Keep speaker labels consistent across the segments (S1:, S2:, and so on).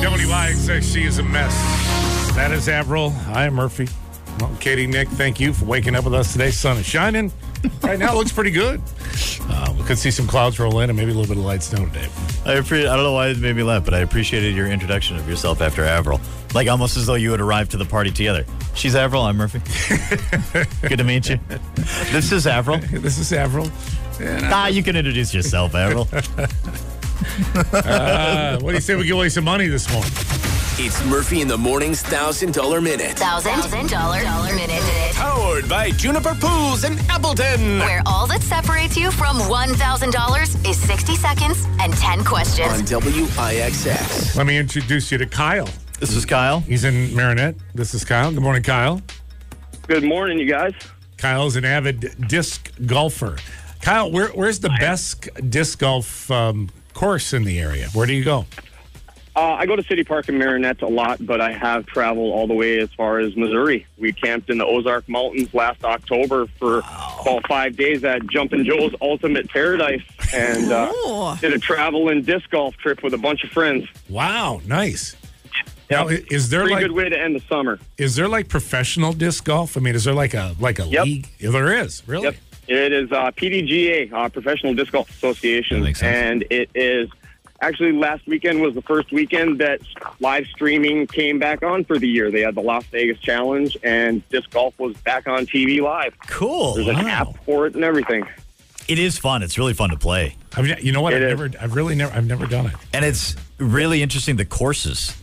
S1: WIXX, is a mess. That is Avril. I am Murphy. Well, Katie, Nick, thank you for waking up with us today. Sun is shining. Right now, it looks pretty good. Uh, we could see some clouds roll in and maybe a little bit of light snow today.
S2: I, appre- I don't know why it made me laugh, but I appreciated your introduction of yourself after Avril. Like almost as though you had arrived to the party together. She's Avril, I'm Murphy. Good to meet you. This is Avril.
S1: This is Avril.
S2: Ah, you can introduce yourself, Avril.
S1: Uh, what do you say we give away some money this morning?
S3: It's Murphy in the Morning's $1,000 Minute.
S4: Thousand dollar dollar minute,
S3: Powered by Juniper Pools in Appleton.
S4: where all that separates you from one thousand dollars is sixty seconds and ten
S3: On
S4: questions.
S3: WIXX.
S1: Let me introduce you to Kyle.
S2: This is Kyle.
S1: He's in Marinette. This is Kyle. Good morning, Kyle.
S5: Good morning, you guys.
S1: Kyle's an avid disc golfer. Kyle, where, where's the best disc golf um, course in the area? Where do you go?
S5: Uh, I go to City Park in Marinette a lot, but I have traveled all the way as far as Missouri. We camped in the Ozark Mountains last October for about five days at Jumpin' Joe's Ultimate Paradise, and uh, did a travel and disc golf trip with a bunch of friends.
S1: Wow, nice. Now, i- is there
S5: Pretty
S1: like
S5: good way to end the summer.
S1: is there like professional disc golf? I mean, is there like a like a
S5: Yep.
S1: league? Yeah, there is, really.
S5: Yep. It is uh, PDGA, uh, Professional Disc Golf
S2: That
S5: Association,
S2: makes sense.
S5: and it is actually last weekend was the first weekend that live streaming came back on for the year. They had the Las Vegas Challenge, and disc golf was back on TV live.
S2: Cool.
S5: There's an
S2: Wow.
S5: app for it and everything.
S2: It is fun. It's really fun to play.
S1: I've, ne- you know what? I've
S5: It is.
S1: never, I've really never, I've never done it.
S2: And it's really interesting. The courses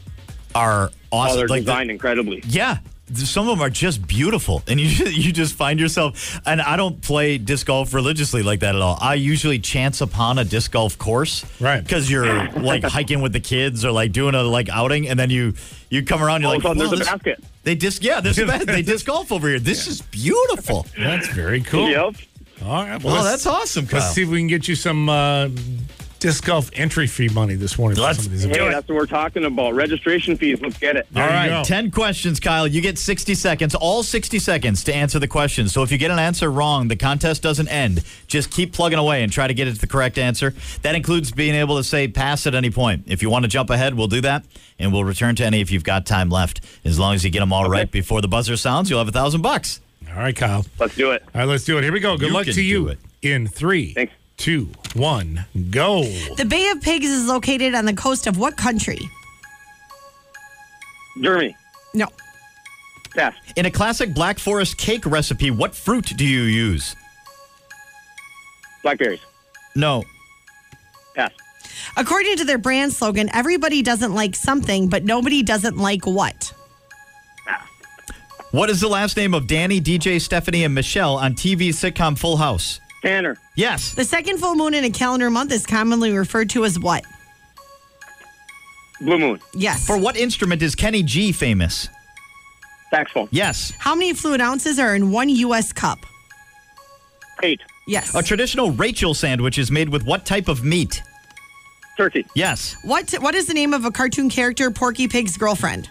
S2: are
S5: Oh,
S2: awesome.
S5: they're
S2: Like, the-
S5: designed incredibly.
S2: Yeah. Some of them are just beautiful, and you just, you just find yourself. And I don't play disc golf religiously like that at all. I usually chance upon a disc golf course,
S1: Right.
S2: Because you're like hiking with the kids or like doing a like outing, and then you you come around, you're
S5: All
S2: like,
S5: of a sudden,
S2: "Wow,
S5: there's a
S2: this-
S5: basket.
S2: They disc, yeah, there's a basket. They disc golf over here. This is beautiful.
S1: That's very cool.
S5: Yep.
S1: All right. Well,
S2: Oh,
S1: let's,
S2: that's awesome, Kyle.
S1: let's see if we can get you some uh, disc golf entry fee money this morning. for
S2: Let's
S1: some of these
S2: do
S1: events.
S5: Hey,
S2: it.
S5: that's what we're talking about. Registration fees. Let's get it.
S2: All
S1: There you
S2: right,
S1: go.
S2: 10 questions, Kyle. You get 60 seconds, all 60 seconds to answer the question. So if you get an answer wrong, the contest doesn't end. Just keep plugging away and try to get it to the correct answer. That includes being able to say pass at any point. If you want to jump ahead, we'll do that, and we'll return to any if you've got time left. As long as you get them all right before the buzzer sounds, you'll have a 1000 bucks.
S1: All right, Kyle.
S5: Let's do it.
S1: All right, let's do it. Here we go. Good
S2: You
S1: luck
S2: can
S1: to
S2: do
S1: you.
S2: it.
S1: In three,
S5: Thanks.
S1: two, one, go.
S6: The Bay of Pigs is located on the coast of what country?
S5: Germany.
S6: No.
S5: Pass.
S2: In a classic Black Forest cake recipe, what fruit do you use?
S5: Blackberries.
S2: No.
S5: Pass.
S6: According to their brand slogan, everybody doesn't like something, but nobody doesn't like what?
S2: What is the last name of Danny, DJ, Stephanie, and Michelle on TV sitcom Full House?
S5: Tanner.
S2: Yes.
S6: The second full moon in a calendar month is commonly referred to as what?
S5: Blue Moon.
S6: Yes.
S2: For what instrument is Kenny G famous?
S5: Saxophone.
S2: Yes.
S6: How many fluid ounces are in one U.S. cup?
S5: Eight.
S6: Yes.
S2: A traditional Rachel sandwich is made with what type of meat?
S5: Turkey.
S2: Yes.
S6: what What is the name of a cartoon character, Porky Pig's girlfriend?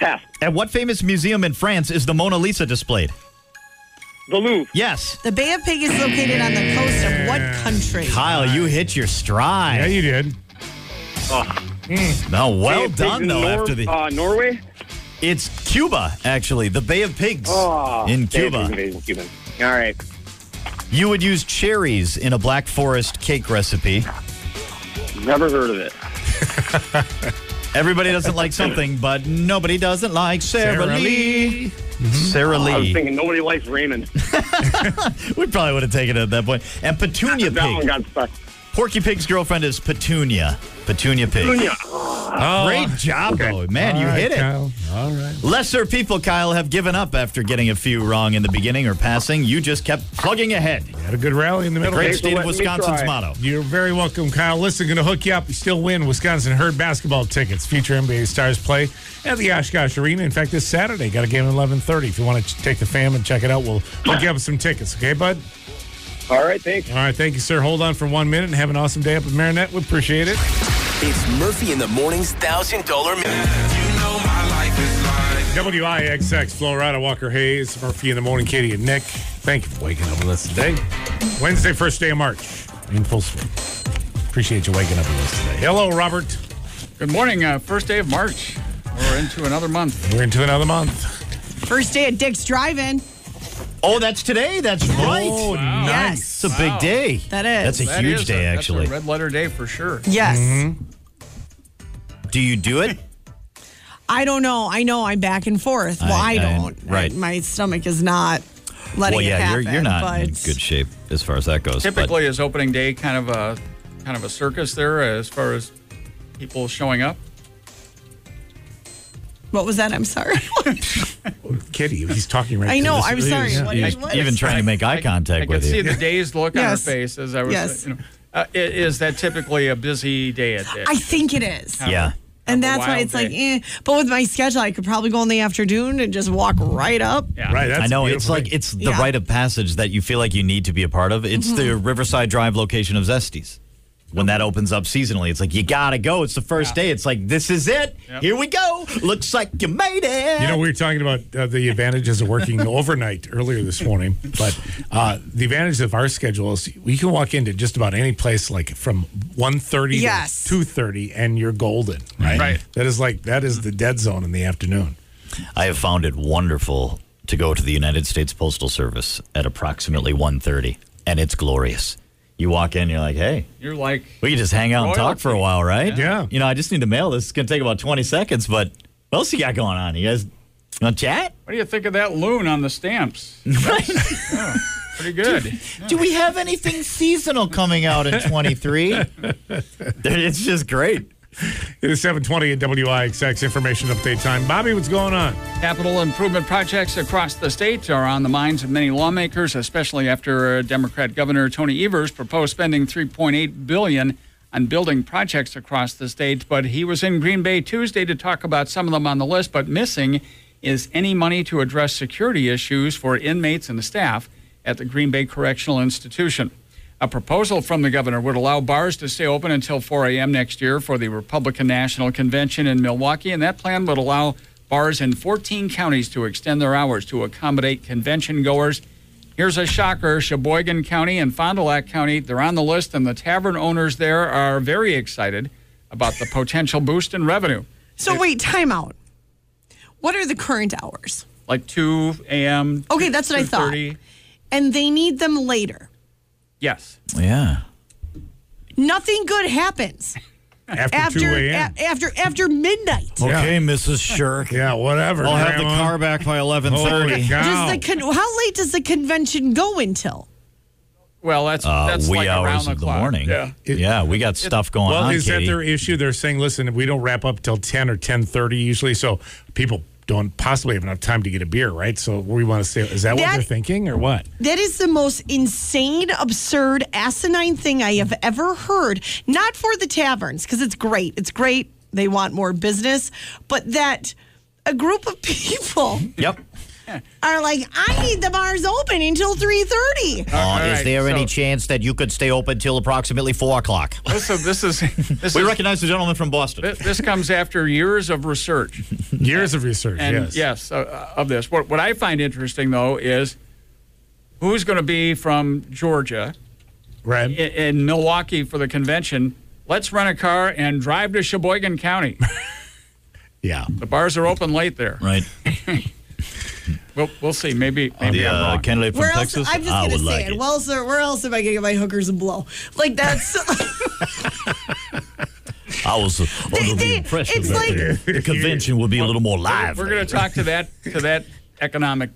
S5: Pass.
S2: At what famous museum in France is the Mona Lisa displayed?
S5: The Louvre.
S2: Yes.
S6: The Bay of Pigs is located on the coast of what country?
S2: Kyle, you hit your
S1: Yeah,
S2: stride.
S1: you did.
S2: Oh,
S5: Bay
S2: well
S5: of Pigs
S2: done
S5: in
S2: though.
S5: Nor-
S2: after the,
S5: uh, Norway.
S2: it's Cuba actually, the Bay of Pigs in
S5: Bay of Pigs
S2: Cuba.
S5: invasion, Cuban. All right.
S2: You would use cherries in a Black Forest cake recipe.
S5: Never heard of it.
S2: Everybody doesn't like something, but nobody doesn't like Sarah,
S1: Sarah
S2: Lee. Sarah
S5: Mm-hmm. I was
S2: Lee.
S5: thinking nobody likes Raymond.
S2: we probably would have taken it at that point. And Petunia
S5: that
S2: Pig.
S5: one got stuck.
S2: Porky Pig's girlfriend is Petunia. Petunia Pig.
S1: Oh,
S2: Great job, though. Man, you hit it.
S1: All right.
S2: Lesser people, Kyle, have given up after getting a few wrong in the beginning or passing. You just kept plugging ahead.
S1: Had a good rally in the middle.
S2: Great
S5: Thanks for
S2: state of
S5: letting me
S2: Wisconsin's
S5: try.
S2: motto.
S1: You're very welcome, Kyle. Listen, going to hook you up. You still win Wisconsin Herd basketball tickets. Future NBA stars play at the Oshkosh Arena. In fact, this Saturday, got a game at 11:30. If you want to take the fam and check it out, we'll hook you up with some tickets. Okay, bud.
S5: All right, thanks.
S1: All right, thank you, sir. Hold on for one minute and have an awesome day up at Marinette. We appreciate it.
S3: It's Murphy in the Morning's $1,000 Minute.
S1: WIXX, Florida, Walker Hayes, Murphy in the morning, Katie and Nick. Thank you for waking up with us today. Wednesday, first day of March, in full swing. Appreciate you waking up with us today. Hello, Robert.
S7: Good morning. Uh, first day of March. We're into another month.
S1: We're into another month.
S6: First day at Dick's Drive-In.
S2: Oh, that's today. That's right.
S1: Oh,
S6: Yes.
S2: It's a big day.
S6: That is.
S2: That's a
S7: That
S2: huge
S7: is a-
S2: day,
S7: that's a
S2: actually.
S7: red letter day for sure.
S6: Yes.
S2: Do you do it?
S6: I don't know. I know I'm back and forth. Well,
S2: I-
S6: I,
S2: I-
S6: don't.
S2: right.
S6: I- my stomach is not letting
S2: well,
S6: it
S2: yeah,
S6: happen.
S2: you're, you're not in
S6: but-
S2: good shape as far as that goes. but-
S7: Typically, is opening day kind of a kind of a circus there as far as people showing up.
S6: What was that? I'm sorry.
S1: Kitty, he's talking right
S6: I
S1: to
S6: know.
S1: us.
S6: I'm
S1: He
S6: sorry.
S1: is.
S6: What-
S2: he
S6: I
S2: was
S6: was-
S2: even trying to make eye contact
S7: I could
S2: with you.
S7: see the dazed look on her
S6: Yes.
S7: face as I was.
S6: Yes.
S7: You know, uh, i- is that typically a busy day at Dick's?
S6: I think it is.
S2: yeah.
S6: And
S7: Have a
S6: that's why
S7: wild
S6: it's like,
S7: day.
S6: eh. But with my schedule, I could probably go in the afternoon and just walk right up.
S7: Yeah.
S1: Right. That's
S2: I know
S1: a
S2: it's
S1: beautiful
S2: like
S1: thing.
S2: it's the
S6: Yeah.
S2: rite of passage that you feel like you need to be a part of. It's the Riverside Drive location of Zesties. When that opens up seasonally, it's like you gotta go. It's the first day. It's like this is it.
S7: Yep.
S2: Here we go. Looks like you made it.
S1: You know, we were talking about uh, the advantages of working overnight earlier this morning, but uh, the advantage of our schedule is we can walk into just about any place like from 1.30
S6: Yes.
S1: to 2.30 and you're golden, right?
S7: Right.
S1: That is like, that is the dead zone in the afternoon.
S2: I have found it wonderful to go to the United States Postal Service at approximately 1.30, and it's glorious. You walk in, you're like, hey,
S7: You're like,
S2: we can just hang out and talk for a while, right?
S1: Yeah.
S2: You know, I just need to mail this. It's going to take about 20 seconds, but what else you got going on? You guys want to chat?
S7: what do you think of that loon on the stamps?
S2: Right.
S7: Pretty good.
S2: Do we have anything seasonal coming out in 23? it's just great.
S1: It is 7.20 at WIXX, information update time. Bobby, what's going on?
S7: Capital improvement projects across the state are on the minds of many lawmakers, especially after uh, Democrat Governor Tony Evers proposed spending 3.8 billion on building projects across the state. But he was in Green Bay Tuesday to talk about some of them on the list. But missing is any money to address security issues for inmates and staff at the Green Bay Correctional Institution. A proposal from the governor would allow bars to stay open until 4 a.m. next year for the Republican National Convention in Milwaukee, and that plan would allow bars in 14 counties to extend their hours to accommodate convention goers. Here's a shocker Sheboygan County and Fond du Lac County, they're on the list, and the tavern owners there are very excited about the potential boost in revenue,
S6: So wait, time out. What are the current hours?
S7: like 2 a.m.
S6: Okay, that's what I thought.
S7: 2:30.
S6: And they need them later.
S7: Yes.
S2: Yeah.
S6: Nothing good happens
S1: After,
S6: after
S1: 2 a.m.?
S6: a- after after midnight.
S1: Okay,
S2: Mrs. Shirk.
S1: yeah, whatever.
S2: I'll have the
S1: Grandma.
S2: car back by 11.30.
S1: Holy cow.
S6: Does the con- how late does the convention go until?
S7: Well, that's, that's
S2: Uh, wee
S7: like around
S2: hours
S7: the
S2: of the
S7: clock.
S2: morning.
S7: Yeah.
S2: yeah, we got stuff going
S1: Well,
S2: on,
S1: is
S2: Katie.
S1: that their issue? They're saying, listen, we don't wrap up till ten or ten thirty usually, so people don't possibly have enough time to get a beer, right? So we want to say, is that, what
S6: That-
S1: they're thinking or what?
S6: That is the most insane, absurd, asinine thing I have ever heard. Not for the taverns, because it's great. It's great. They want more business. But that a group of people
S2: Yep.
S6: are like, I need the bars open until 3.30.
S2: Uh,
S7: All
S2: is
S7: right,
S2: there any
S7: so-
S2: chance that you could stay open till approximately 4 o'clock?
S7: This is this is this,
S2: We
S7: is-
S2: recognize the gentleman from Boston.
S7: thi- this comes after years of research
S1: Years of research.
S7: and
S1: yes.
S7: yes, uh, of this. What what I find interesting though is who's going to be from Georgia
S1: Right.
S7: in, in Milwaukee for the convention. Let's rent a car and drive to Sheboygan County.
S1: yeah.
S7: The bars are open late there.
S2: Right.
S7: We'll, we'll see. Maybe maybe
S2: The
S7: I'm
S2: uh,
S7: wrong.
S2: candidate from
S6: Where else?
S2: Texas.
S6: I'm just
S2: I
S6: going to
S2: would
S6: say
S2: like
S6: it. Where else, where else am I going to get my hookers and blow? Like, that's...
S2: I was uh,
S6: They-
S2: under the
S6: they-
S2: impression
S6: it's
S2: that
S6: like-
S2: the- the convention would be a little more live.
S7: We're going to talk to that to that economic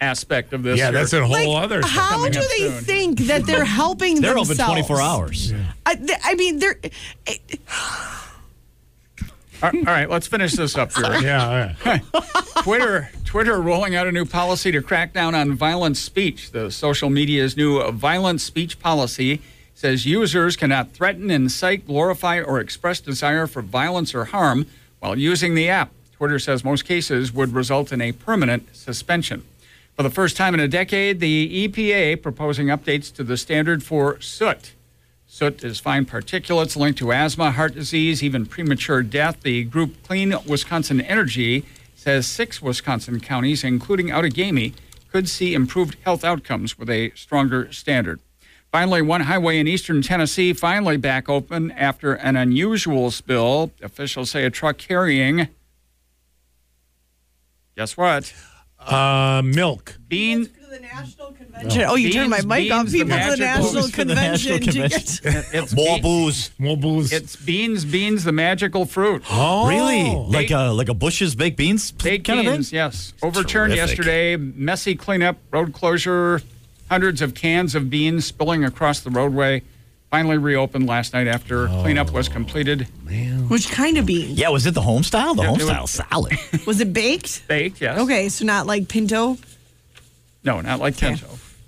S7: aspect of this.
S1: Yeah,
S7: here.
S1: that's a whole
S6: like, uh-huh.
S1: other.
S6: How
S7: coming
S6: do
S7: up
S6: they
S7: soon.
S6: think that they're helping
S2: They're open
S6: themselves?
S2: 24 hours.
S6: I, th- I mean, they're... eh,
S7: all all right. Let's finish this up here.
S1: Yeah. yeah.
S7: Twitter, Twitter rolling out a new policy to crack down on violent speech. The social media's new uh, violent speech policy says users cannot threaten, incite, glorify, or express desire for violence or harm while using the app. Twitter says most cases would result in a permanent suspension. For the first time in a decade, the EPA proposing updates to the standard for soot. Soot is fine particulates linked to asthma, heart disease, even premature death. The group Clean Wisconsin Energy says six Wisconsin counties, including Outagamie, could see improved health outcomes with a stronger standard. Finally, one highway in eastern Tennessee finally back open after an unusual spill. Officials say a truck carrying, guess what?
S1: Uh, milk.
S7: Beans.
S6: Oh, you turned my
S7: Beans,
S6: mic off.
S7: beans,
S6: People
S7: the
S6: to the
S7: magical-
S6: national
S2: Beans for the national
S6: convention. Did you
S2: convention.
S6: get-
S7: It's,
S2: More
S7: be-
S2: booze.
S1: More booze.
S7: it's beans, beans, the magical fruit.
S1: oh,
S2: Really? like
S7: Baked-
S2: a like a Bush's baked beans
S7: Baked
S2: kind of
S7: beans,
S2: thing.
S7: yes. Overturned
S2: terrific.
S7: yesterday. Messy cleanup, road closure, hundreds of cans of beans spilling across the roadway. Finally reopened last night after
S2: Oh.
S7: cleanup was completed.
S6: Which kind of bean?
S2: Yeah, was it the home style? The
S7: Yeah,
S2: home
S7: it
S2: style
S7: was-
S2: salad.
S6: Was it baked?
S7: Baked, yes.
S6: Okay, so not like pinto
S7: No, not like pinto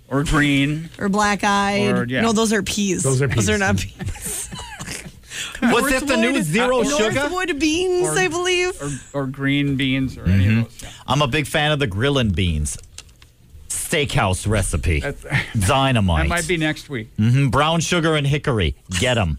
S7: or green.
S6: or black eyed.
S7: Or, yeah.
S6: No, those are peas.
S1: Those are
S6: Those are
S1: peas.
S6: not peas.
S2: What's that the new
S6: Northwood- uh,
S2: zero sugar?
S6: Northwood beans,
S7: Or-
S6: I believe.
S7: or, or green beans or any
S2: Mm-hmm.
S7: of those.
S2: I'm a big fan of the grilling beans. Steakhouse recipe. Dynamite.
S7: That might be next week.
S2: Mm, brown sugar and hickory. Get them.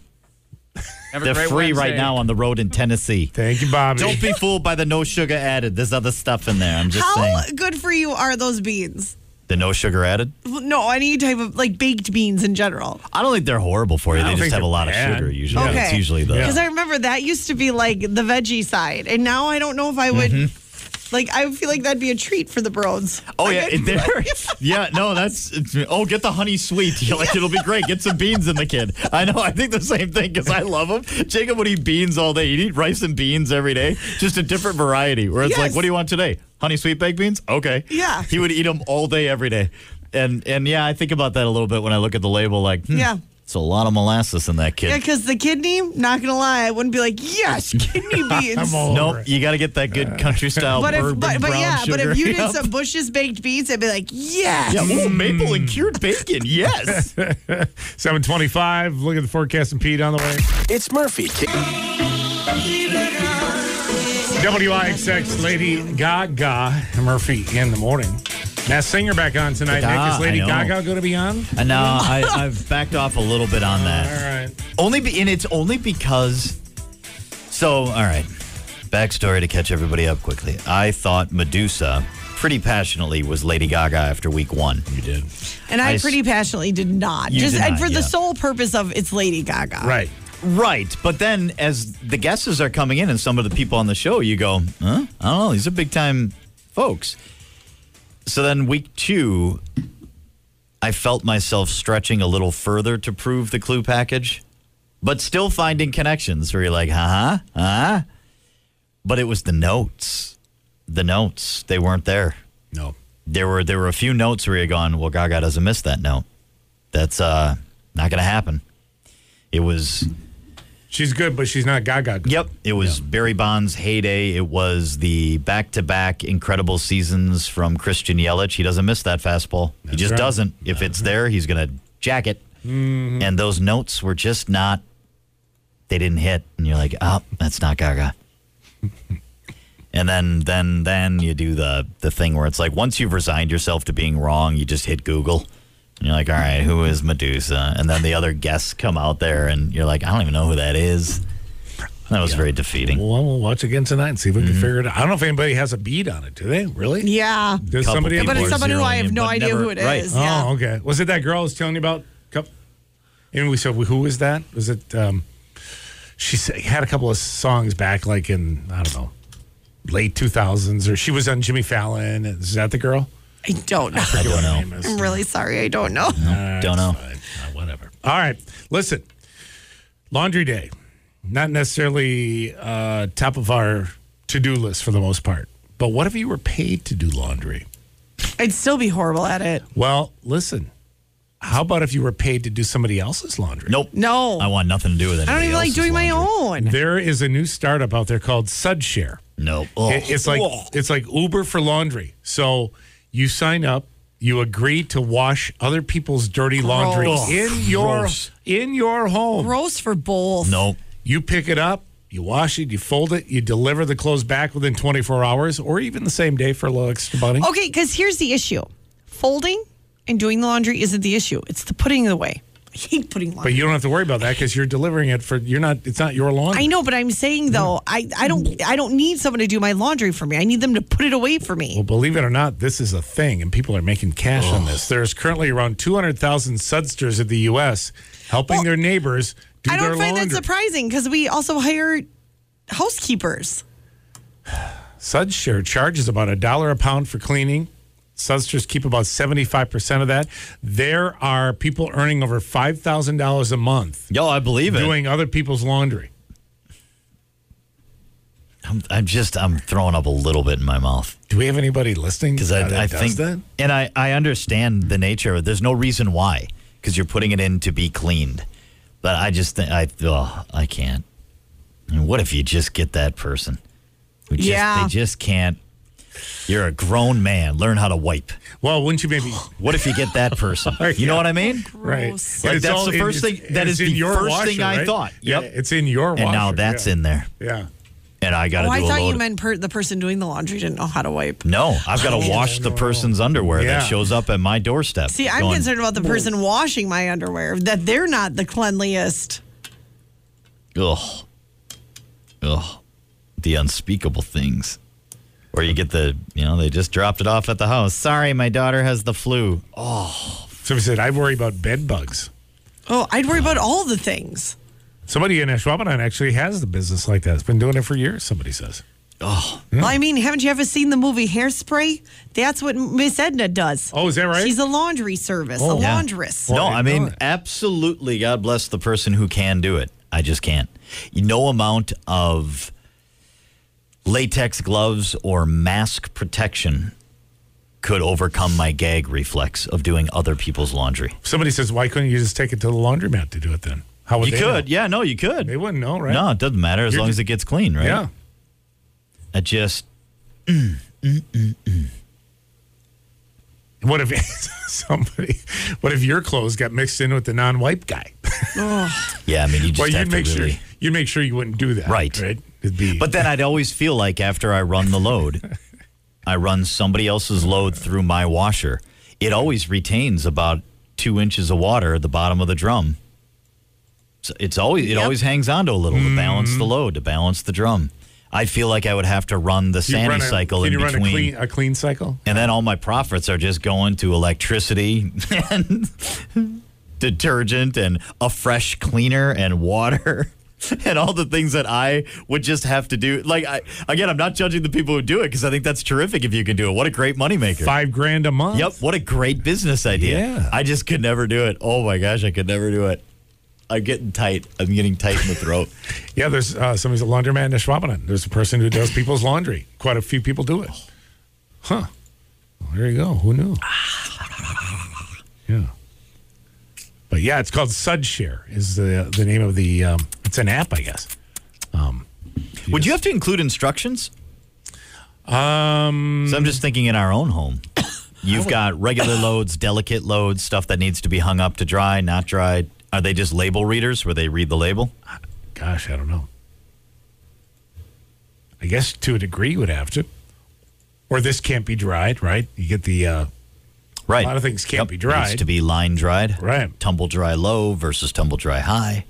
S7: Have a
S2: They're
S7: great
S2: free right
S7: Wednesday.
S2: now on the road in Tennessee.
S1: Thank you, Bobby.
S2: Don't be fooled by the no sugar added. There's other stuff in there. I'm just
S6: How
S2: saying.
S6: good for you are those beans?
S2: The no sugar added?
S6: No, any type of like baked beans in general.
S2: I don't think they're horrible for you.
S1: I
S2: They
S1: don't
S2: just
S1: think
S2: have a
S1: they're
S2: lot
S1: bad.
S2: of sugar usually.
S6: Okay.
S2: It's usually the.
S6: Because I remember that used to be like the veggie side, and now I don't know if I would. Like I feel like that'd be a treat for the bros.
S2: Oh
S6: Like,
S2: yeah,
S6: I'd-
S2: it- there. Yeah, no, that's. it's- Oh, get the honey sweet. You're like, it'll be great. Get some beans in the kid. I know. I think the same thing because I love them. Jacob would eat beans all day. He'd eat rice and beans every day, just a different variety. Where it's like,
S6: Yes.
S2: what do you want today? Honey sweet baked beans. Okay.
S6: Yeah.
S2: He would eat them all day every day, and and yeah, I think about that a little bit when I look at the label. Like, hmm,
S6: Yeah.
S2: it's a lot of molasses in that kid.
S6: Yeah, because the kidney. Not gonna lie, I wouldn't be like yes, kidney beans.
S1: I'm all
S2: nope,
S1: over it.
S2: you got to get that good country style
S6: But if,
S2: bourbon
S6: but, but
S2: brown
S6: yeah,
S2: sugar.
S6: but if you did
S2: Yep.
S6: some Bush's baked beans, I'd be like, yes.
S2: yeah, ooh, maple
S1: Mm.
S2: and cured bacon. Yes.
S1: 725. Look at the forecast and Pete on the way.
S3: It's Murphy.
S1: WIXX Lady Gaga Murphy in the morning. Mass Singer back on tonight. Nick,
S2: Gaga,
S1: is Lady
S2: I know.
S1: Gaga going to be on?
S2: Uh, No, I, I've backed off a little bit on
S1: All
S2: that.
S1: right.
S2: Only, be, and it's only because. So, all right, backstory to catch everybody up quickly. I thought Medusa pretty passionately was Lady Gaga after week one. You did.
S6: And I,
S2: I s-
S6: pretty passionately did not.
S2: You
S6: Just
S2: did
S6: and
S2: not,
S6: for the
S2: yeah.
S6: sole purpose of it's Lady Gaga.
S1: Right.
S2: Right, but then as the guesses are coming in and some of the people on the show, you go, huh? I don't know. These are big time folks. So then week two, I felt myself stretching a little further to prove the clue package, but still finding connections where you're like, huh, huh. But it was the notes. The notes they weren't there.
S1: No.
S2: There were there were a few notes where you're going, well, Gaga doesn't miss that note. That's uh, not going to happen. It was
S1: She's good, but she's not Gaga. good.
S2: Yep. It was Barry Bonds' heyday. It was the back to back incredible seasons from Christian Yelich. He doesn't miss that fastball. he just
S1: right. Mm-hmm.
S2: doesn't. If it's there, he's going to jack it. And those notes were just not, they didn't hit. And you're like, oh, that's not Gaga. And then, then, then you do the the thing where it's like once you've resigned yourself to being wrong, you just hit Google, and you're like, all right, who is Medusa? And then the other guests come out there, and you're like, I don't even know who that is. That was very defeating.
S1: Well, we'll watch again tonight and see if we
S2: Mm-hmm.
S1: can figure it out. I don't know if anybody has a beat on it. Do they? Really?
S6: Yeah.
S1: Does
S2: Couple
S1: somebody?
S2: people
S6: But it's
S2: Or
S6: someone who
S2: zero
S6: I have
S2: in,
S6: no
S2: but
S6: idea
S2: never-
S6: who it is.
S2: right.
S6: Yeah.
S1: Oh, okay. Was it that girl I was telling you about? Cup- And we said, who was that? Was it? Um, she sa- had a couple of songs back, like in I don't know, late two thousands, or she was on Jimmy Fallon. Is that the girl?
S6: I don't know.
S2: I don't know.
S6: I'm really sorry. I don't know.
S2: Don't know.
S1: Fine. Uh, whatever. All right. Listen, laundry day, not necessarily uh, top of our to do list for the most part. But what if you were paid to do laundry?
S6: I'd still be horrible at it.
S1: Well, listen, how about if you were paid to do somebody else's laundry?
S2: Nope.
S6: No.
S2: I want nothing to do with it.
S6: I don't even like doing my own.
S1: There is a new startup out there called Sudshare.
S2: No. Oh.
S1: It- It's like it's like Uber for laundry. So you sign up, you agree to wash other people's dirty laundry
S6: Gross.
S1: in your
S2: Gross.
S1: in your home.
S6: Gross for both.
S2: Nope.
S1: You pick it up, you wash it, you fold it, you deliver the clothes back within 24 hours or even the same day for a little extra money.
S6: Okay, because here's the issue folding and doing the laundry isn't the issue, it's the putting it away. I hate putting laundry.
S1: But you don't have to worry about that because you're delivering it for you're not. It's not your lawn.
S6: I know, but I'm saying though, I, I don't I don't need someone to do my laundry for me. I need them to put it away for
S1: Well,
S6: me.
S1: believe it or not, this is a thing, and people are making cash on this. There's currently around 200,000 sudsters in the U.S. helping
S6: Well,
S1: their neighbors do
S6: I don't
S1: their
S6: find
S1: laundry.
S6: that surprising because we also hire housekeepers.
S1: Sudshare charges about a dollar a pound for cleaning. Sudsters keep about 75% of that. There are people earning over $5,000 a month
S2: Yo, I believe it.
S1: doing other people's laundry.
S2: I'm, I'm just I'm throwing up a little bit in my mouth
S1: Do we have anybody listening?
S2: because I,
S1: that
S2: I
S1: does
S2: think
S1: that?
S2: and I I understand the nature. of it. There's no reason why because you're putting it in to be cleaned, but I just think I oh, I can't. And what if you just get that person? Who just,
S6: Yeah.
S2: they just can't. You're a grown man. Learn how to wipe.
S1: Well, wouldn't you maybe?
S2: What if you get that person? You know what I mean?
S1: Right.
S6: Gross.
S2: Like,
S1: It's
S2: that's the
S1: in-
S2: first
S1: it's-
S2: thing- that
S1: it's
S2: is
S1: in
S2: the
S1: your
S2: first
S1: washer,
S2: thing I
S1: right?
S2: thought.
S1: Yeah,
S2: Yep.
S1: it's in your washer.
S2: And now that's
S1: yeah.
S2: in there,
S1: Yeah.
S2: and I got to
S6: Oh, I
S2: do a
S6: thought
S2: load.
S6: you meant per, the person doing the laundry didn't know how to wipe.
S2: Oh, no, I've got to wash the person's underwear
S1: Yeah.
S2: that shows up at my doorstep.
S6: See, I'm
S2: Going,
S6: concerned about the person washing my underwear that they're not the cleanliest.
S2: ugh, ugh, the unspeakable things. Or you get the, you know, they just dropped it off at the house. Sorry, my daughter has the flu.
S1: Somebody said, I worry about bed bugs.
S6: Oh, I'd worry about all the things.
S1: Somebody in Ashwaubenon actually has the business like that. It's been doing it for years, somebody says.
S6: Well, I mean, haven't you ever seen the movie Hairspray? That's what Miss Edna does.
S1: Oh, is that right? Oh,
S6: She's a laundry service, a
S2: Yeah.
S6: laundress.
S1: Well,
S2: No,
S1: I
S2: I mean,
S1: know it.
S2: absolutely. God bless the person who can do it. I just can't. No amount of latex gloves or mask protection could overcome my gag reflex of doing other people's laundry.
S1: Somebody says, why couldn't you just take it to the laundromat to do it then? How would
S2: You
S1: they
S2: could.
S1: know?
S2: Yeah, no, you could.
S1: They wouldn't know, right?
S2: No, it doesn't matter as
S1: You're
S2: long
S1: just-
S2: as it gets clean, right?
S1: Yeah.
S2: I just.
S1: What if somebody, what if your clothes got mixed in with the non white guy?
S2: Yeah, I mean, you just
S1: well,
S2: have
S1: you'd
S2: to
S1: make
S2: really.
S1: sure you'd make sure you wouldn't do that,
S2: Right.
S1: Right? It'd be,
S2: But then I'd always feel like after I run the load, I run somebody else's load through my washer. It always retains about two inches of water at the bottom of the drum. So it's always it
S6: Yep.
S2: always hangs onto a little to balance
S1: Mm-hmm.
S2: the load to balance the drum. I feel like I would have to run the
S1: you
S2: sandy
S1: run a-
S2: cycle
S1: Can
S2: in
S1: you run
S2: between,
S1: a clean, a clean cycle?
S2: and then all my profits are just going to electricity and detergent and a fresh cleaner and water and all the things that I would just have to do. Like, I, again, I'm not judging the people who do it because I think that's terrific if you can do it. What a great moneymaker.
S1: Five grand a month.
S2: Yep. What a great business idea.
S1: Yeah.
S2: I just could never do it. Oh my gosh, I could never do it. I'm getting tight. I'm getting tight in the throat.
S1: Yeah, there's uh, somebody's a laundromat in Ashwaubenon. There's a person who does people's laundry. Quite a few people do it. Huh. Well, there you go. Who knew? yeah. But yeah, it's called Sudshare is the the name of the. Um, it's an app, I guess.
S2: Would you have to include instructions? Um, so I'm just thinking in our own home. You've got regular loads, delicate loads, stuff that needs to be hung up to dry, not dried. Are they just label readers where they read the label?
S1: Gosh, I don't know. I guess to a degree you would have to. Or this can't be dried, right? You get the. Uh,
S2: Right.
S1: A lot of things can't be
S2: it
S1: dried.
S2: Needs to be line dried.
S1: Right.
S2: Tumble dry low versus tumble dry high.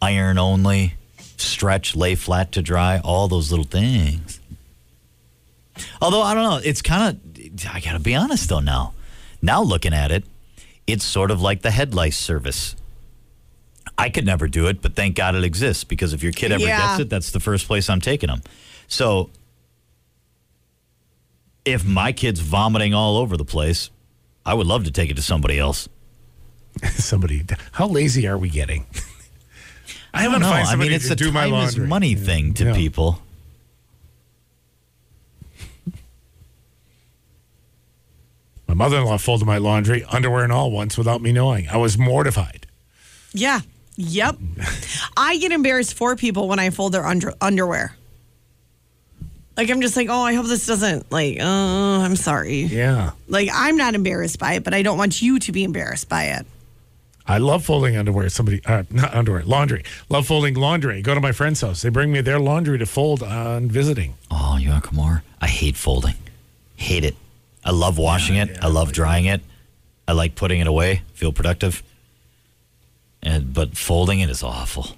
S2: Iron only. Stretch, lay flat to dry. All those little things. Although I don't know, it's kind of. I gotta be honest though. Now, now looking at it, it's sort of like the head lice service. I could never do it, but thank God it exists because if your kid ever
S6: Yeah.
S2: gets it, that's the first place I'm taking them. So if my kid's vomiting all over the place, I would love to take it to somebody else.
S1: somebody. How lazy are we getting? I
S2: I
S1: want
S2: don't
S1: to
S2: know.
S1: find
S2: I mean,
S1: somebody
S2: it's
S1: to
S2: a
S1: do my
S2: time is
S1: laundry.
S2: money thing to
S1: Yeah.
S2: people.
S1: My mother in law folded my laundry, underwear and all, once without me knowing. I was mortified.
S6: Yeah. Yep. I get embarrassed for people when I fold their under- underwear. Like I'm just like, oh, I hope this doesn't like. Uh, I'm sorry.
S1: Yeah.
S6: Like I'm not embarrassed by it, but I don't want you to be embarrassed by it.
S1: I love folding underwear. Somebody, uh, not underwear, laundry. Love folding laundry. Go to my friend's house. They bring me their laundry to fold on visiting.
S2: Oh, you want Kamar? I hate folding. Hate it. I love washing it. I love drying it. I like putting it away. Feel productive. and but folding it is awful.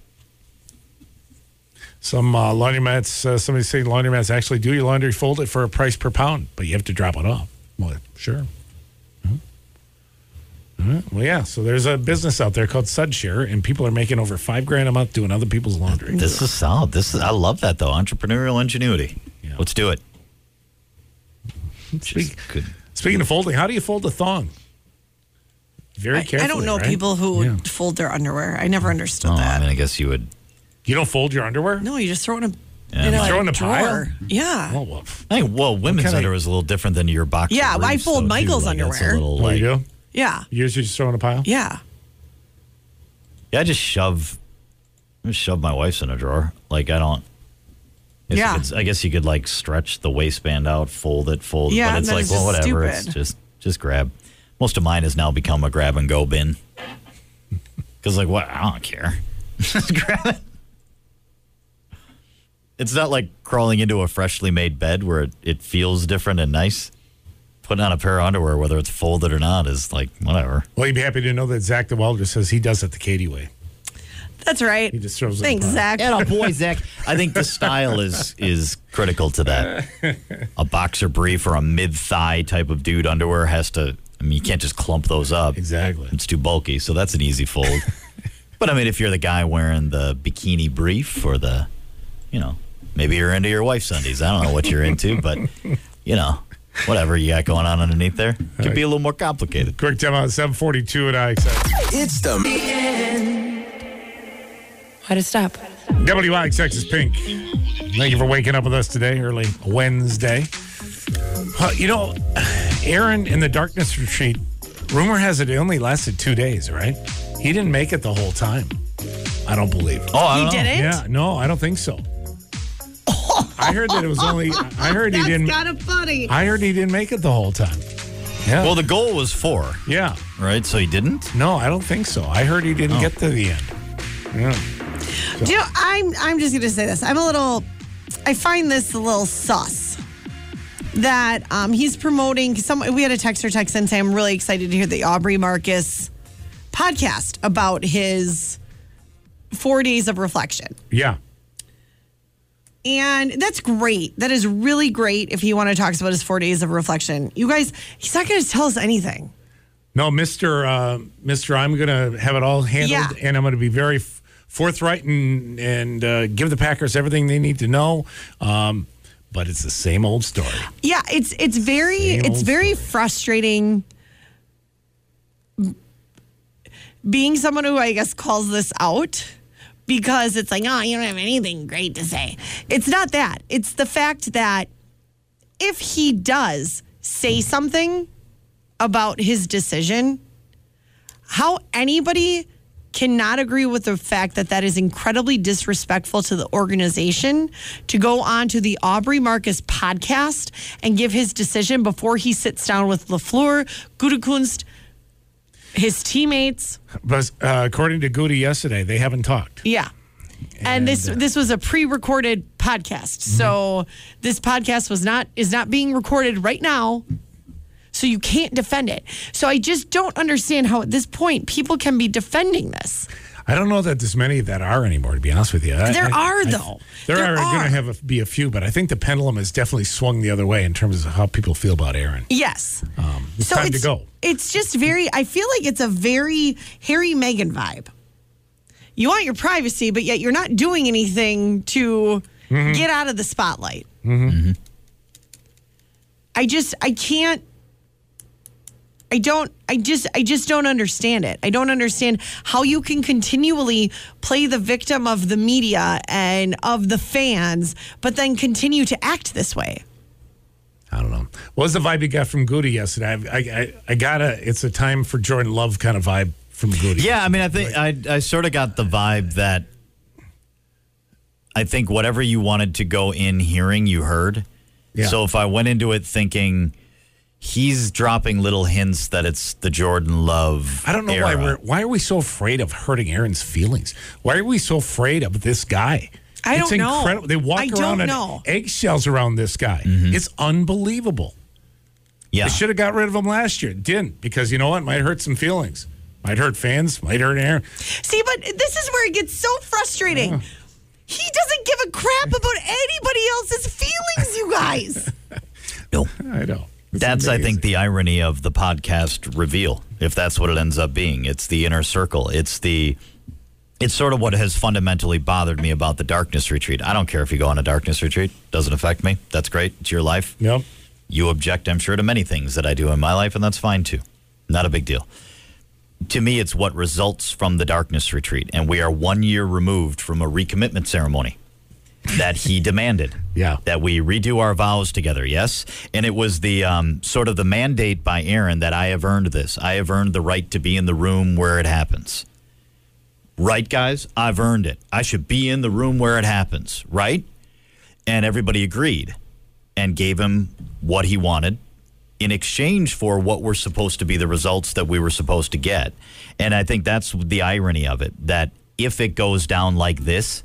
S1: Some uh, laundromats, uh, somebody say laundromats actually do your laundry, fold it for a price per pound, but you have to drop it off. Well, sure. Mhm. All right. Well, yeah. So there's a business out there called SudShare, and people are making over five grand a month doing other people's laundry.
S2: This is solid. This is I love that though. Entrepreneurial ingenuity.
S1: Yeah.
S2: Let's do it.
S1: Speak-
S2: Just good.
S1: Speaking of folding, how do you fold a thong? Very
S6: I,
S1: carefully.
S6: I don't know
S1: right?
S6: people who would
S1: Yeah.
S6: fold their underwear. I never understood
S2: Oh, I
S6: that.
S2: mean, I guess you would.
S1: You don't fold your underwear?
S6: no, you just throw it in a,
S2: Yeah,
S6: in
S2: no.
S6: a
S1: Throw it in a pile?
S6: drawer. Yeah.
S1: Oh, well, f-
S2: I think well, women's
S1: kinda-
S2: underwear is a little different than your box.
S6: Yeah,
S2: of
S6: I
S2: briefs,
S6: fold
S2: though, too.
S6: Michael's
S2: Like, that's a
S6: underwear.
S2: little,
S1: what do
S2: like-
S1: Oh, you do?
S6: Yeah.
S1: Yours you just throw in a pile?
S6: Yeah.
S2: Yeah, I just shove, I just shove my wife's in a drawer. Like I don't. I guess you
S6: Yeah.
S2: could- I guess you could like stretch the waistband out, fold it, fold. it, but
S6: Yeah, and
S2: it's
S6: then
S2: like
S6: it's
S2: well,
S6: just
S2: whatever. It's
S6: stupid.
S2: just just grab. Most of mine has now become a grab and go bin. Because like what? I don't care. just grab it. It's not like crawling into a freshly made bed where it, it feels different and nice. Putting on a pair of underwear, whether it's folded or not, is like whatever.
S1: Well, you'd be happy to know that Zach the Welder says he does it the Katie way.
S6: That's right.
S1: He just throws it in a
S6: Thanks,
S1: pile.
S6: Zach.
S2: Yeah, no, boy, Zach. I think the style is is critical to that. A boxer brief or a mid thigh type of dude underwear has to. I mean, you can't just clump those up.
S1: Exactly.
S2: It's too bulky, so that's an easy fold. but I mean, if you're the guy wearing the bikini brief or the, you know, maybe you're into your wife's undies. I don't know what you're into, but you know, whatever you got going on underneath there could be a little more complicated.
S1: Quick time out 742 at IXX.
S3: It's the
S8: Why to stop?
S1: WIXX is pink. Thank you for waking up with us today, early Wednesday. Huh, you know, Aaron in the darkness retreat, rumor has it it only lasted two days, right? He didn't make it the whole time. I don't believe.
S2: Oh, I don't
S6: He
S2: know.
S6: did it?
S1: Yeah, no, I don't think so. I heard that it was only, I heard he didn't,
S9: kind of funny.
S1: I heard he didn't make it the whole time. Yeah.
S2: Well, the goal was four,
S1: yeah.
S2: right? So he didn't.
S1: No, I don't think so. I heard he didn't get to the end.
S6: Do you know, I'm I'm just gonna say this. I'm a little I find this a little sus that um, he's promoting some we had a texter text and say I'm really excited to hear the Aubrey Marcus podcast about his four days of reflection.
S1: Yeah.
S6: And that's great. That is really great if he want to talk about his four days of reflection. You guys, he's not gonna tell us anything.
S1: No, Mister uh, Mister, I'm going to have it all handled,
S6: Yeah.
S1: and I'm going to be very f- forthright and and uh, give the Packers everything they need to know. Um, but it's the same old story.
S6: Yeah, it's it's very
S1: Same
S6: it's
S1: old
S6: very frustrating being someone who I guess calls this out because it's like, oh, you don't have anything great to say. It's not that. It's the fact that if he does say something about his decision, how anybody cannot agree with the fact that that is incredibly disrespectful to the organization to go on to the Aubrey Marcus podcast and give his decision before he sits down with LaFleur, Gutekunst, his teammates.
S1: But uh, according to Goody yesterday, they haven't talked.
S6: Yeah. And, this this was a pre-recorded podcast. So this podcast was not is not being recorded right now. So you can't defend it. So I just don't understand how at this point people can be defending this.
S1: I don't know that there's many that are anymore. To be honest with you, I-
S6: There
S1: I-
S6: are,
S1: I-
S6: though.
S1: there,
S6: There
S1: are, going
S6: are.
S1: to have a, be a few, but I think the pendulum has definitely swung the other way in terms of how people feel about Aaron.
S6: Yes.
S1: it's time to
S6: it's,
S1: go.
S6: It's just very I feel like it's a very Harry Meghan vibe. You want your privacy, but yet you're not doing anything to
S1: Mm-hmm.
S6: get out of the spotlight. I just I can't I don't I just I just don't understand it. I don't understand how you can continually play the victim of the media and of the fans, but then continue to act this way.
S1: I don't know. What was the vibe you got from Goody yesterday? I, I, I, I got a. It's a time for Jordan Love kind of vibe from Goody.
S2: Yeah, I mean, I think I I sort of got the vibe that I think whatever you wanted to go in hearing, you heard.
S1: Yeah.
S2: So if I went into it thinking he's dropping little hints that it's the Jordan Love,
S1: I don't know why
S2: era.
S1: we're why are we so afraid of hurting Aaron's feelings? Why are we so afraid of this guy?
S6: I
S1: it's
S6: don't know.
S1: incredible. They walk
S6: I
S1: around
S6: don't
S1: on
S6: know.
S1: eggshells around this guy.
S2: Mm-hmm.
S1: It's unbelievable.
S2: yeah.
S1: They should have got rid of him last year. Didn't because you know what? Might hurt some feelings. Might hurt fans. Might hurt Aaron.
S6: See, but this is where it gets so frustrating. He doesn't give a crap about anybody else's feelings, you guys.
S2: Nope.
S1: I know. It's
S2: That's, I
S1: amazing.
S2: think, the irony of the podcast reveal, if that's what it ends up being. It's the inner circle. It's the. It's sort of what has fundamentally bothered me about the darkness retreat. I don't care if you go on a darkness retreat; doesn't affect me. That's great. It's your life.
S1: Yep.
S2: You object, I'm sure, to many things that I do in my life, and that's fine too. Not a big deal. To me, it's what results from the darkness retreat, and we are one year removed from a recommitment ceremony that he demanded.
S1: Yeah.
S2: That we redo our vows together, yes? And it was the um, sort of the mandate by Aaron that I have earned this. I have earned the right to be in the room where it happens. Right, guys? I've earned it. I should be in the room where it happens, right? And everybody agreed and gave him what he wanted in exchange for what were supposed to be the results that we were supposed to get. And I think that's the irony of it that if it goes down like this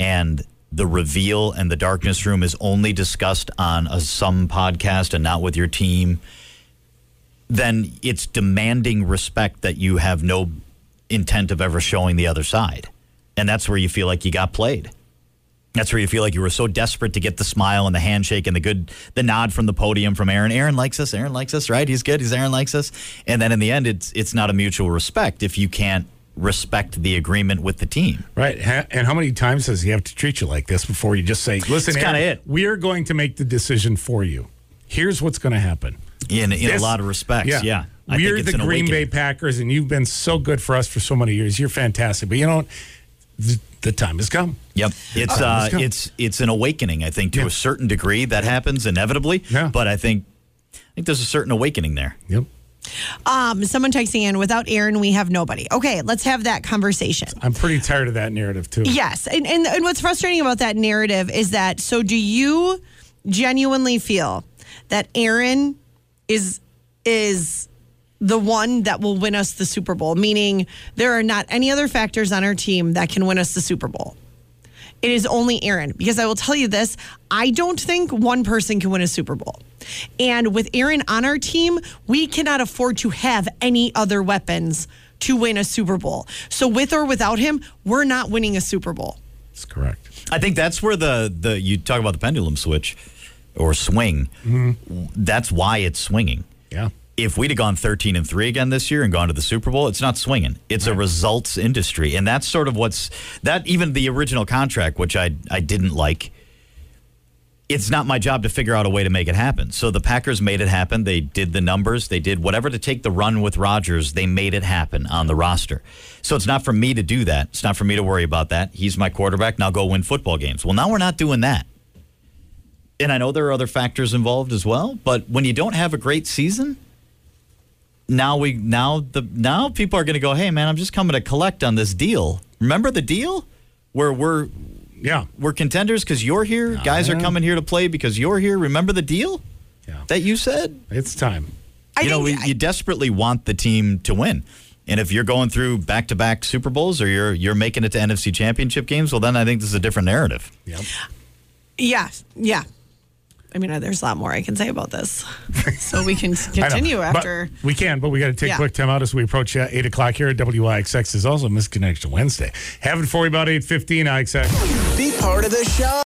S2: and the reveal and the darkness room is only discussed on a some podcast and not with your team, then it's demanding respect that you have no intent of ever showing the other side. And that's where you feel like you got played. That's where you feel like you were so desperate to get the smile and the handshake and the good, the nod from the podium from Aaron. Aaron likes us. Aaron likes us, right? He's good. He's Aaron likes us. And then in the end, it's it's not a mutual respect if you can't respect the agreement with the team.
S1: Right. Ha- And how many times does he have to treat you like this before you just say, listen,
S2: That's kinda
S1: Aaron,
S2: it.
S1: we are going to make the decision for you. Here's what's going to happen.
S2: In in
S1: This-
S2: a lot of respects, yeah. I
S1: We're
S2: think it's
S1: the
S2: an
S1: Green
S2: awakening.
S1: Bay Packers, and you've been so good for us for so many years. You're fantastic. But you know what? The, the time has come.
S2: Yep, it's uh,
S1: let's go.
S2: it's it's an awakening. I think to
S1: Yeah.
S2: a certain degree that happens inevitably.
S1: Yeah.
S2: But I think I think there's a certain awakening there.
S1: Yep.
S6: Um, someone texting in, without Aaron, we have nobody. Okay, let's have that conversation.
S1: I'm pretty tired of that narrative, too.
S6: Yes. And, and, and what's frustrating about that narrative is that so do you genuinely feel that Aaron is is the one that will win us the Super Bowl, meaning there are not any other factors on our team that can win us the Super Bowl. It is only Aaron because I will tell you this, I don't think one person can win a Super Bowl. And with Aaron on our team, we cannot afford to have any other weapons to win a Super Bowl. So with or without him, we're not winning a Super Bowl.
S1: That's correct.
S2: I think that's where the the you talk about the pendulum switch or swing.
S1: Mm-hmm.
S2: That's why it's swinging.
S1: Yeah.
S2: If we'd have gone 13 and 3 again this year and gone to the Super Bowl, it's not swinging. It's a results industry. And that's sort of what's that even the original contract which I I didn't like. It's not my job to figure out a way to make it happen. So the Packers made it happen. They did the numbers. They did whatever to take the run with Rodgers. They made it happen on the roster. So it's not for me to do that. It's not for me to worry about that. He's my quarterback. Now go win football games. Well, now we're not doing that and I know there are other factors involved as well, but when you don't have a great season, now we now the now people are going to go, "Hey man, I'm just coming to collect on this deal." Remember the deal where we're
S1: Yeah.
S2: we're contenders because you're here, guys are coming here to play because you're here. Remember the deal
S1: Yeah.
S2: that you said?
S1: It's time.
S6: I
S2: you know,
S6: think-
S2: we- you desperately want the team to win. And if you're going through back-to-back Super Bowls or you're you're making it to NFC Championship games, well then I think this is a different narrative.
S1: Yep.
S6: Yeah, yeah. I mean, there's a lot more I can say about this. So we can
S1: I know.
S6: continue
S1: But
S6: after.
S1: we can, but we got to take
S6: Yeah.
S1: a quick time out as we approach uh, 8 o'clock here at WIXX. is also Misconnection Wednesday. Having for you about 8.15, IXX.
S3: Be part of the show.